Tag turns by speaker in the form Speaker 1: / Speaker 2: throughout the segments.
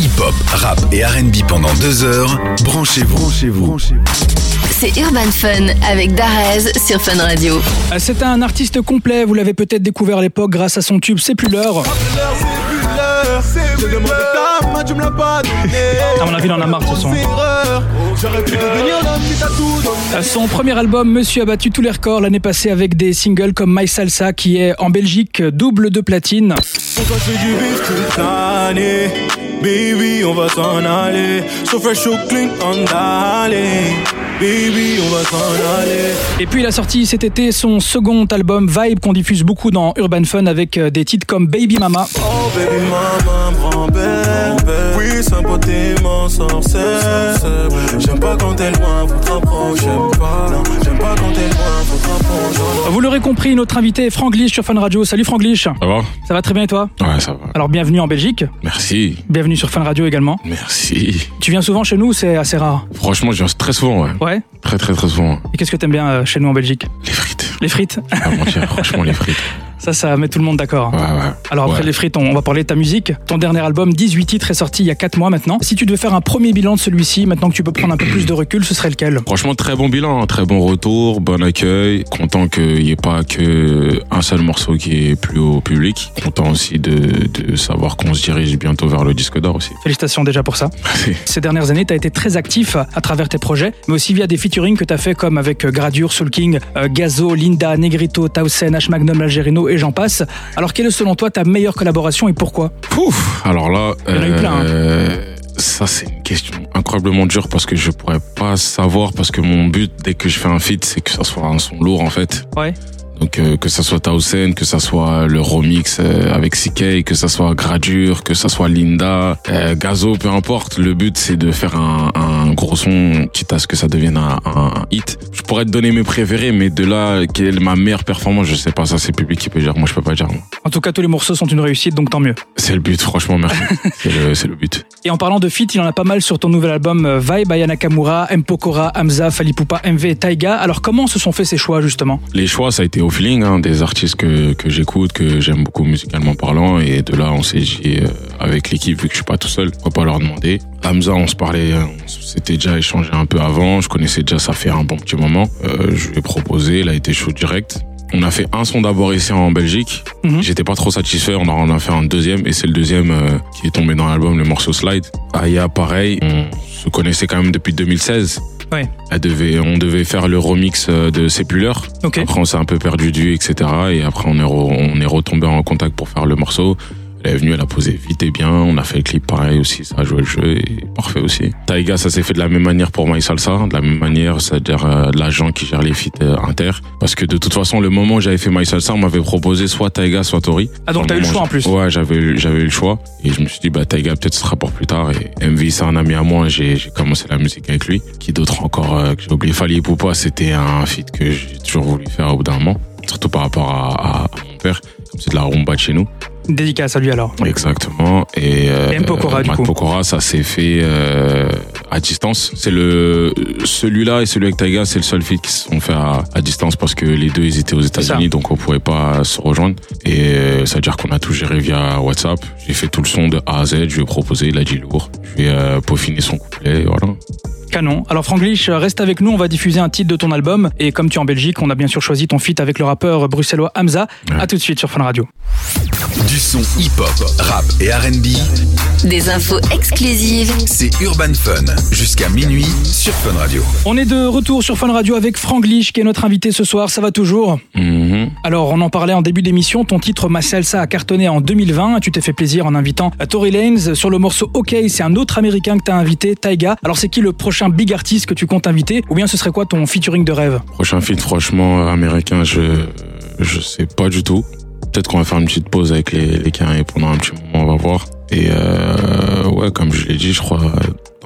Speaker 1: Hip-hop, rap et R&B pendant deux heures. Branchez-vous. Branchez-vous.
Speaker 2: C'est Urban Fun avec Darez sur Fun Radio.
Speaker 3: Ah, C'est un artiste complet, vous l'avez peut-être découvert à l'époque grâce à son tube C'est plus l'heure.
Speaker 4: J'ai demandé ta main, tu me l'as pas donnée.
Speaker 3: À mon avis, il en a marre de ce son.
Speaker 4: Erreur, J'aurais pu devenir l'homme qui t'a tout donné.
Speaker 3: Son premier album, Monsieur a battu tous les records l'année passée avec des singles comme My Salsa qui est en Belgique double de platine.
Speaker 4: Pourquoi tu du bif toute l'année Baby, on va s'en aller. So fresh, so clean, on d'aller. Baby, on va s'en aller.
Speaker 3: Et puis il a sorti cet été son second album Vibe qu'on diffuse beaucoup dans Urban Fun avec euh, des titres comme Baby Mama.
Speaker 4: Oh baby maman me rend belle Oui sa beauté m'en sorcelle J'aime pas quand t'es loin faut te rapprocher J'aime pas non, J'aime pas quand t'es loin faut te rapprocher
Speaker 3: Vous l'aurez compris, notre invité est Franglish sur Fun Radio. Salut Franglish,
Speaker 5: Ça va
Speaker 3: ça va très bien et toi
Speaker 5: Ouais, ça va.
Speaker 3: Alors bienvenue en Belgique,
Speaker 5: Merci,
Speaker 3: bienvenue sur Fun Radio également.
Speaker 5: merci.
Speaker 3: Tu viens souvent chez nous, c'est assez rare.
Speaker 5: Franchement, je viens très souvent, ouais.
Speaker 3: Ouais
Speaker 5: Très, très, très souvent.
Speaker 3: Et qu'est-ce que t'aimes bien euh, chez nous en Belgique
Speaker 5: Les frites.
Speaker 3: Les frites
Speaker 5: Je vais pas mentir, franchement, les frites.
Speaker 3: Ça, ça met tout le monde d'accord.
Speaker 5: Ouais, ouais.
Speaker 3: Alors après
Speaker 5: Ouais.
Speaker 3: les frites, on on va parler de ta musique. Ton dernier album, 18 titres, est sorti il y a 4 mois maintenant. Si tu devais faire un premier bilan de celui-ci, maintenant que tu peux prendre un peu plus de recul, ce serait lequel
Speaker 5: Franchement, très bon bilan, hein. très bon retour, bon accueil. Content qu'il n'y ait pas que un seul morceau qui est plus au public. Content aussi de, de savoir qu'on se dirige bientôt vers le disque d'or aussi.
Speaker 3: Félicitations déjà pour ça.
Speaker 5: Merci.
Speaker 3: Ces dernières années, tu as été très actif à travers tes projets, mais aussi via des featuring que tu as fait comme avec euh, Gradure, Soul King, euh, Gazo, Linda, Negrito, Tausen, H Magnum, Algerino et j'en passe. Alors quelle est selon toi ta meilleure collaboration et pourquoi
Speaker 5: Pouf Alors là,
Speaker 3: Il y en a eu plein, hein.
Speaker 5: euh, ça c'est une question incroyablement dure parce que je pourrais pas savoir parce que mon but dès que je fais un feat c'est que ça soit un son lourd en fait.
Speaker 3: Ouais.
Speaker 5: Donc euh, que ça soit Tausen, que ça soit le remix euh, avec CK, que ça soit Gradure, que ça soit Linda, euh, Gazo, peu importe. Le but c'est de faire un, un gros son quitte à ce que ça devienne un, un hit. Je pourrais te donner mes préférés, mais de là quelle est ma meilleure performance, je sais pas. Ça c'est le public qui peut dire. Moi je peux pas dire. moi.
Speaker 3: En tout cas, tous les morceaux sont une réussite, donc tant mieux.
Speaker 5: C'est le but, franchement merci. c'est le, c'est le but.
Speaker 3: Et en parlant de feat, il en a pas mal sur ton nouvel album euh, Vibe, Aya Nakamura, M. Pokora, Hamza, Falipupa, MV et Taiga. Alors comment se sont faits ces choix justement
Speaker 5: Les choix, ça a été au feeling, hein, des artistes que, que j'écoute, que j'aime beaucoup musicalement parlant. Et de là, on s'est dit, euh, avec l'équipe, vu que je suis pas tout seul, pourquoi pas leur demander. Hamza, on se parlait, euh, on s'était déjà échangé un peu avant. Je connaissais déjà, ça fait un bon petit moment. Euh, je lui ai proposé, il a été chaud direct. On a fait un son d'abord ici en Belgique.
Speaker 3: Mhm.
Speaker 5: J'étais pas trop satisfait. On en a fait un deuxième et c'est le deuxième euh, qui est tombé dans l'album, le morceau Slide. Aya, pareil. On se connaissait quand même depuis 2016.
Speaker 3: Ouais.
Speaker 5: Elle devait, on devait faire le remix euh, de Sepuleur.
Speaker 3: Ok.
Speaker 5: Après, on s'est un peu perdu de vue, etc. Et après, on est, re- on est retombé en contact pour faire le morceau. Elle est venue, elle a posé vite et bien. On a fait le clip pareil aussi, ça a joué le jeu et parfait aussi. Taiga, ça s'est fait de la même manière pour My Salsa, de la même manière, c'est-à-dire euh, l'agent qui gère les feats euh, inter. Parce que de toute façon, le moment où j'avais fait My Salsa, on m'avait proposé soit Taiga, soit Tori.
Speaker 3: Ah donc
Speaker 5: Pour
Speaker 3: t'as eu le
Speaker 5: moment,
Speaker 3: choix en plus.
Speaker 5: je- Ouais, j'avais eu- j'avais eu le choix et je me suis dit bah Taiga peut-être ce sera pour plus tard et MV c'est un ami à moi, j'ai j'ai commencé la musique avec lui. Qui d'autre encore euh, que j'ai oublié Fali et Poupa, c'était un feat que j'ai toujours voulu faire au bout d'un moment, surtout par rapport à, à- à mon père, comme c'est de la rumba de chez nous.
Speaker 3: Dédicace à lui alors.
Speaker 5: Exactement et, euh,
Speaker 3: Et M. Pokora,
Speaker 5: euh,
Speaker 3: du
Speaker 5: Matt
Speaker 3: coup.
Speaker 5: Pokora, ça s'est fait euh, à distance. C'est le celui-là et celui avec Taiga, c'est le seul feat qui se sont fait à, à distance parce que les deux ils étaient aux
Speaker 3: ça.
Speaker 5: États-Unis donc on pouvait pas se rejoindre et euh, ça veut dire qu'on a tout géré via WhatsApp. J'ai fait tout le son de A à Z, je lui ai proposé, il a dit lourd. Je vais euh, peaufiner son couplet, voilà.
Speaker 3: Canon. Alors Franglish, reste avec nous, on va diffuser un titre de ton album. Et comme tu es en Belgique, on a bien sûr choisi ton feat avec le rappeur bruxellois Hamza.
Speaker 5: Ouais.
Speaker 3: À tout de suite sur Fun Radio.
Speaker 1: Du son hip-hop, rap et R&B,
Speaker 2: Des infos exclusives
Speaker 1: c'est Urban Fun. Jusqu'à minuit sur Fun Radio.
Speaker 3: On est de retour sur Fun Radio avec Franglish qui est notre invité ce soir. Ça va toujours
Speaker 5: Mhm.
Speaker 3: Alors, on en parlait en début d'émission, ton titre Ma Salsa a cartonné en 2020. Tu t'es fait plaisir en invitant Tory Lanez. Sur le morceau OK, c'est un autre américain que t'as invité, Taiga. Alors, c'est qui le prochain big artiste que tu comptes inviter Ou bien ce serait quoi ton featuring de rêve
Speaker 5: Prochain feat franchement euh, américain, je je sais pas du tout. Peut-être qu'on va faire une petite pause avec les les carrés pendant un petit moment, on va voir. Et euh, ouais, comme je l'ai dit, je crois euh,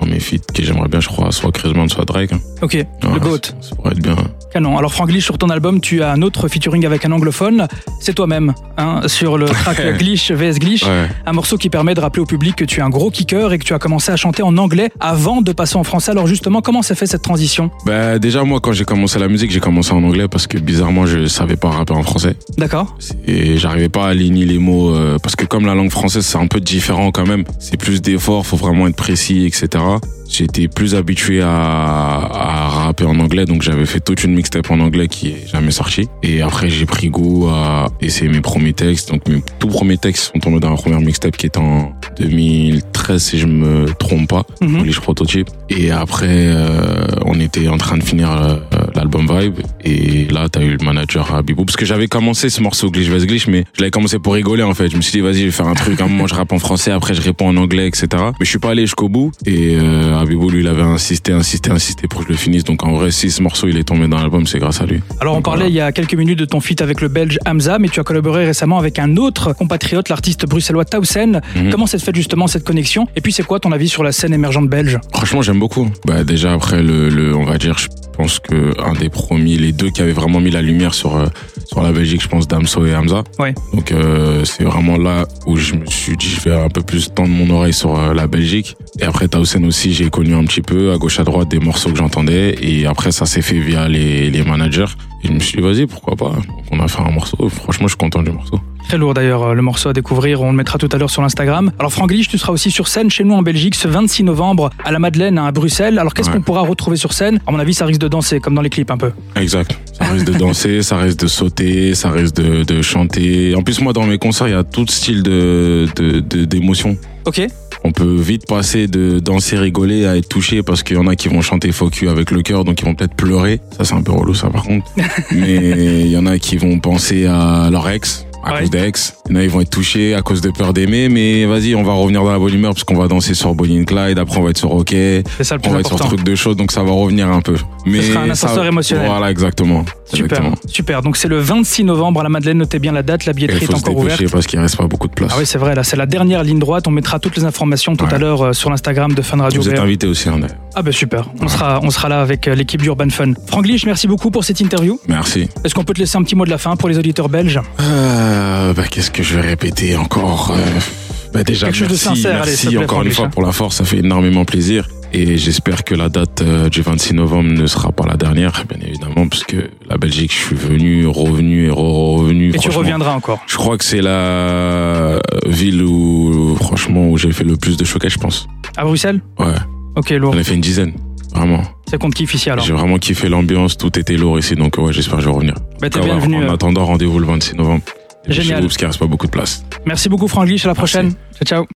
Speaker 5: dans mes feats que j'aimerais bien, je crois soit Chris Brown, soit Drake. hein.
Speaker 3: Ok,
Speaker 5: Ouais,
Speaker 3: le GOAT.
Speaker 5: Ça, ça pourrait être bien.
Speaker 3: Canon. Alors Frank Lich, sur ton album, tu as un autre featuring avec un anglophone, c'est toi-même, hein, sur le track Glitch vs Glitch,
Speaker 5: Ouais.
Speaker 3: un morceau qui permet de rappeler au public que tu es un gros kicker et que tu as commencé à chanter en anglais avant de passer en français. Alors justement, comment s'est fait cette transition
Speaker 5: Bah, déjà, moi, quand j'ai commencé la musique, j'ai commencé en anglais parce que bizarrement, je savais pas rapper en français.
Speaker 3: D'accord
Speaker 5: Et j'arrivais pas à aligner les mots euh, parce que comme la langue française, c'est un peu différent quand même. C'est plus d'efforts, faut vraiment être précis, etc. J'étais plus habitué à, à rapper en anglais, donc j'avais fait toute une mixtape en anglais qui est jamais sortie. Et après, j'ai pris goût à essayer mes premiers textes. Donc mes tout premiers textes sont tombés dans la première mixtape qui est en 2013, si je me trompe pas.
Speaker 3: Mhm.
Speaker 5: Mmh. Polish Prototype. Et après, euh, on était en train de finir euh, l'album Vibe. Et là, t'as eu le manager à Bibou. Parce que j'avais commencé ce morceau Glitch vs Glitch, mais je l'avais commencé pour rigoler en fait. Je me suis dit, vas-y, je vais faire un truc. À un moment, je rappe en français, après, je réponds en anglais, etc. Mais je suis pas allé jusqu'au bout. Et euh, Abibou, lui, il avait insisté, insisté, insisté pour que je le finisse. Donc en vrai, si ce morceau il est tombé dans l'album, c'est grâce à lui.
Speaker 3: Alors on
Speaker 5: Donc,
Speaker 3: parlait
Speaker 5: voilà.
Speaker 3: il y a quelques minutes de ton feat avec le Belge Hamza, mais tu as collaboré récemment avec un autre compatriote, l'artiste bruxellois Tausen.
Speaker 5: Mhm.
Speaker 3: Comment s'est fait justement cette connexion Et puis c'est quoi ton avis sur la scène émergente belge
Speaker 5: Franchement, j'aime beaucoup. Bah déjà après le, le- on va dire, je pense que un des premiers, les deux qui avaient vraiment mis la lumière sur euh, sur la Belgique, je pense Damso et Hamza.
Speaker 3: Ouais.
Speaker 5: Donc euh, c'est vraiment là où je me suis dit, je vais un peu plus tendre mon oreille sur euh, la Belgique. Et après Tausen aussi, j'ai connu un petit peu à gauche à droite des morceaux que j'entendais. Et après ça s'est fait via les les managers. Et je me suis dit, vas-y, pourquoi pas. Donc, on a fait un morceau. Franchement, je suis content du morceau.
Speaker 3: Très lourd d'ailleurs euh, le morceau à découvrir, on le mettra tout à l'heure sur l'Instagram. Alors Franck Lich, tu seras aussi sur scène chez nous en Belgique ce 26 novembre à la Madeleine hein, à Bruxelles. Alors qu'est-ce
Speaker 5: Ouais.
Speaker 3: qu'on pourra retrouver sur scène À mon avis, ça risque de danser comme dans les clips un peu.
Speaker 5: Exact. Ça risque de danser, ça risque de sauter, ça risque de, de chanter. En plus, moi, dans mes concerts, il y a tout style de, de, de- d'émotion.
Speaker 3: Ok,
Speaker 5: On peut vite passer de danser, rigoler à être touché parce qu'il y en a qui vont chanter faux cul avec le cœur, donc ils vont peut-être pleurer. Ça, c'est un peu relou, ça, par contre. Mais il y en a qui vont penser à leur ex. À
Speaker 3: Ouais.
Speaker 5: cause d'ex. Il y en a, ils vont être touchés à cause de peur d'aimer, mais vas-y, on va revenir dans la bonne humeur parce qu'on va danser sur Bonnie and Clyde, après on va être sur OK,
Speaker 3: c'est ça le
Speaker 5: on
Speaker 3: plus
Speaker 5: va être sur
Speaker 3: important.
Speaker 5: truc de choses, donc ça va revenir un peu. Mais
Speaker 3: sera un
Speaker 5: ça-
Speaker 3: ascenseur émotionnel.
Speaker 5: Voilà, exactement.
Speaker 3: Super,
Speaker 5: Exactement.
Speaker 3: super. Donc c'est le 26 novembre à la Madeleine, notez bien la date, la
Speaker 5: Et il
Speaker 3: billetterie est
Speaker 5: faut se
Speaker 3: encore ouverte.
Speaker 5: dépêcher parce qu'il reste pas beaucoup de place.
Speaker 3: Ah oui, c'est vrai, là, c'est la dernière ligne droite. On mettra toutes les informations tout à
Speaker 5: Ouais.
Speaker 3: l'heure euh, sur l'Instagram de Fun Radio.
Speaker 5: Vous êtes
Speaker 3: VR.
Speaker 5: invité aussi, hein, d'ailleurs.
Speaker 3: Ah ben super, on sera, on sera là avec euh, l'équipe d'Urban Fun. Franck Lich, merci beaucoup pour cette interview.
Speaker 5: Merci.
Speaker 3: Est-ce qu'on peut te laisser un petit mot de la fin pour les auditeurs belges
Speaker 5: Euh, bah, qu'est-ce que je vais répéter encore euh, bah, déjà,
Speaker 3: Quelque chose de
Speaker 5: merci,
Speaker 3: sincère, allez,
Speaker 5: merci
Speaker 3: s'il te plaît,
Speaker 5: encore une
Speaker 3: Franck
Speaker 5: fois
Speaker 3: Richard.
Speaker 5: pour la force, ça fait énormément plaisir. Et j'espère que la date euh, du 26 novembre ne sera pas la dernière, bien évidemment, parce que la Belgique, je suis venu, revenu et re-revenu.
Speaker 3: Et tu
Speaker 5: Franchement,
Speaker 3: reviendras encore.
Speaker 5: Je crois que c'est la ville où, franchement, où j'ai fait le plus de showcase, je pense.
Speaker 3: À Bruxelles
Speaker 5: Ouais.
Speaker 3: Ok, lourd.
Speaker 5: J'en ai fait une dizaine. Vraiment.
Speaker 3: C'est qu'on te kiffe ici alors.
Speaker 5: J'ai vraiment kiffé l'ambiance, tout était lourd ici, donc ouais, j'espère que je vais revenir.
Speaker 3: Bah, t'es
Speaker 5: Ah ouais,
Speaker 3: bienvenu.
Speaker 5: En
Speaker 3: euh.
Speaker 5: attendant, rendez-vous le 26 novembre.
Speaker 3: Génial.
Speaker 5: Chez vous, Parce qu'il reste pas beaucoup de place.
Speaker 3: Merci beaucoup, Franck Lich. À la
Speaker 5: Merci.
Speaker 3: prochaine. Ciao, ciao.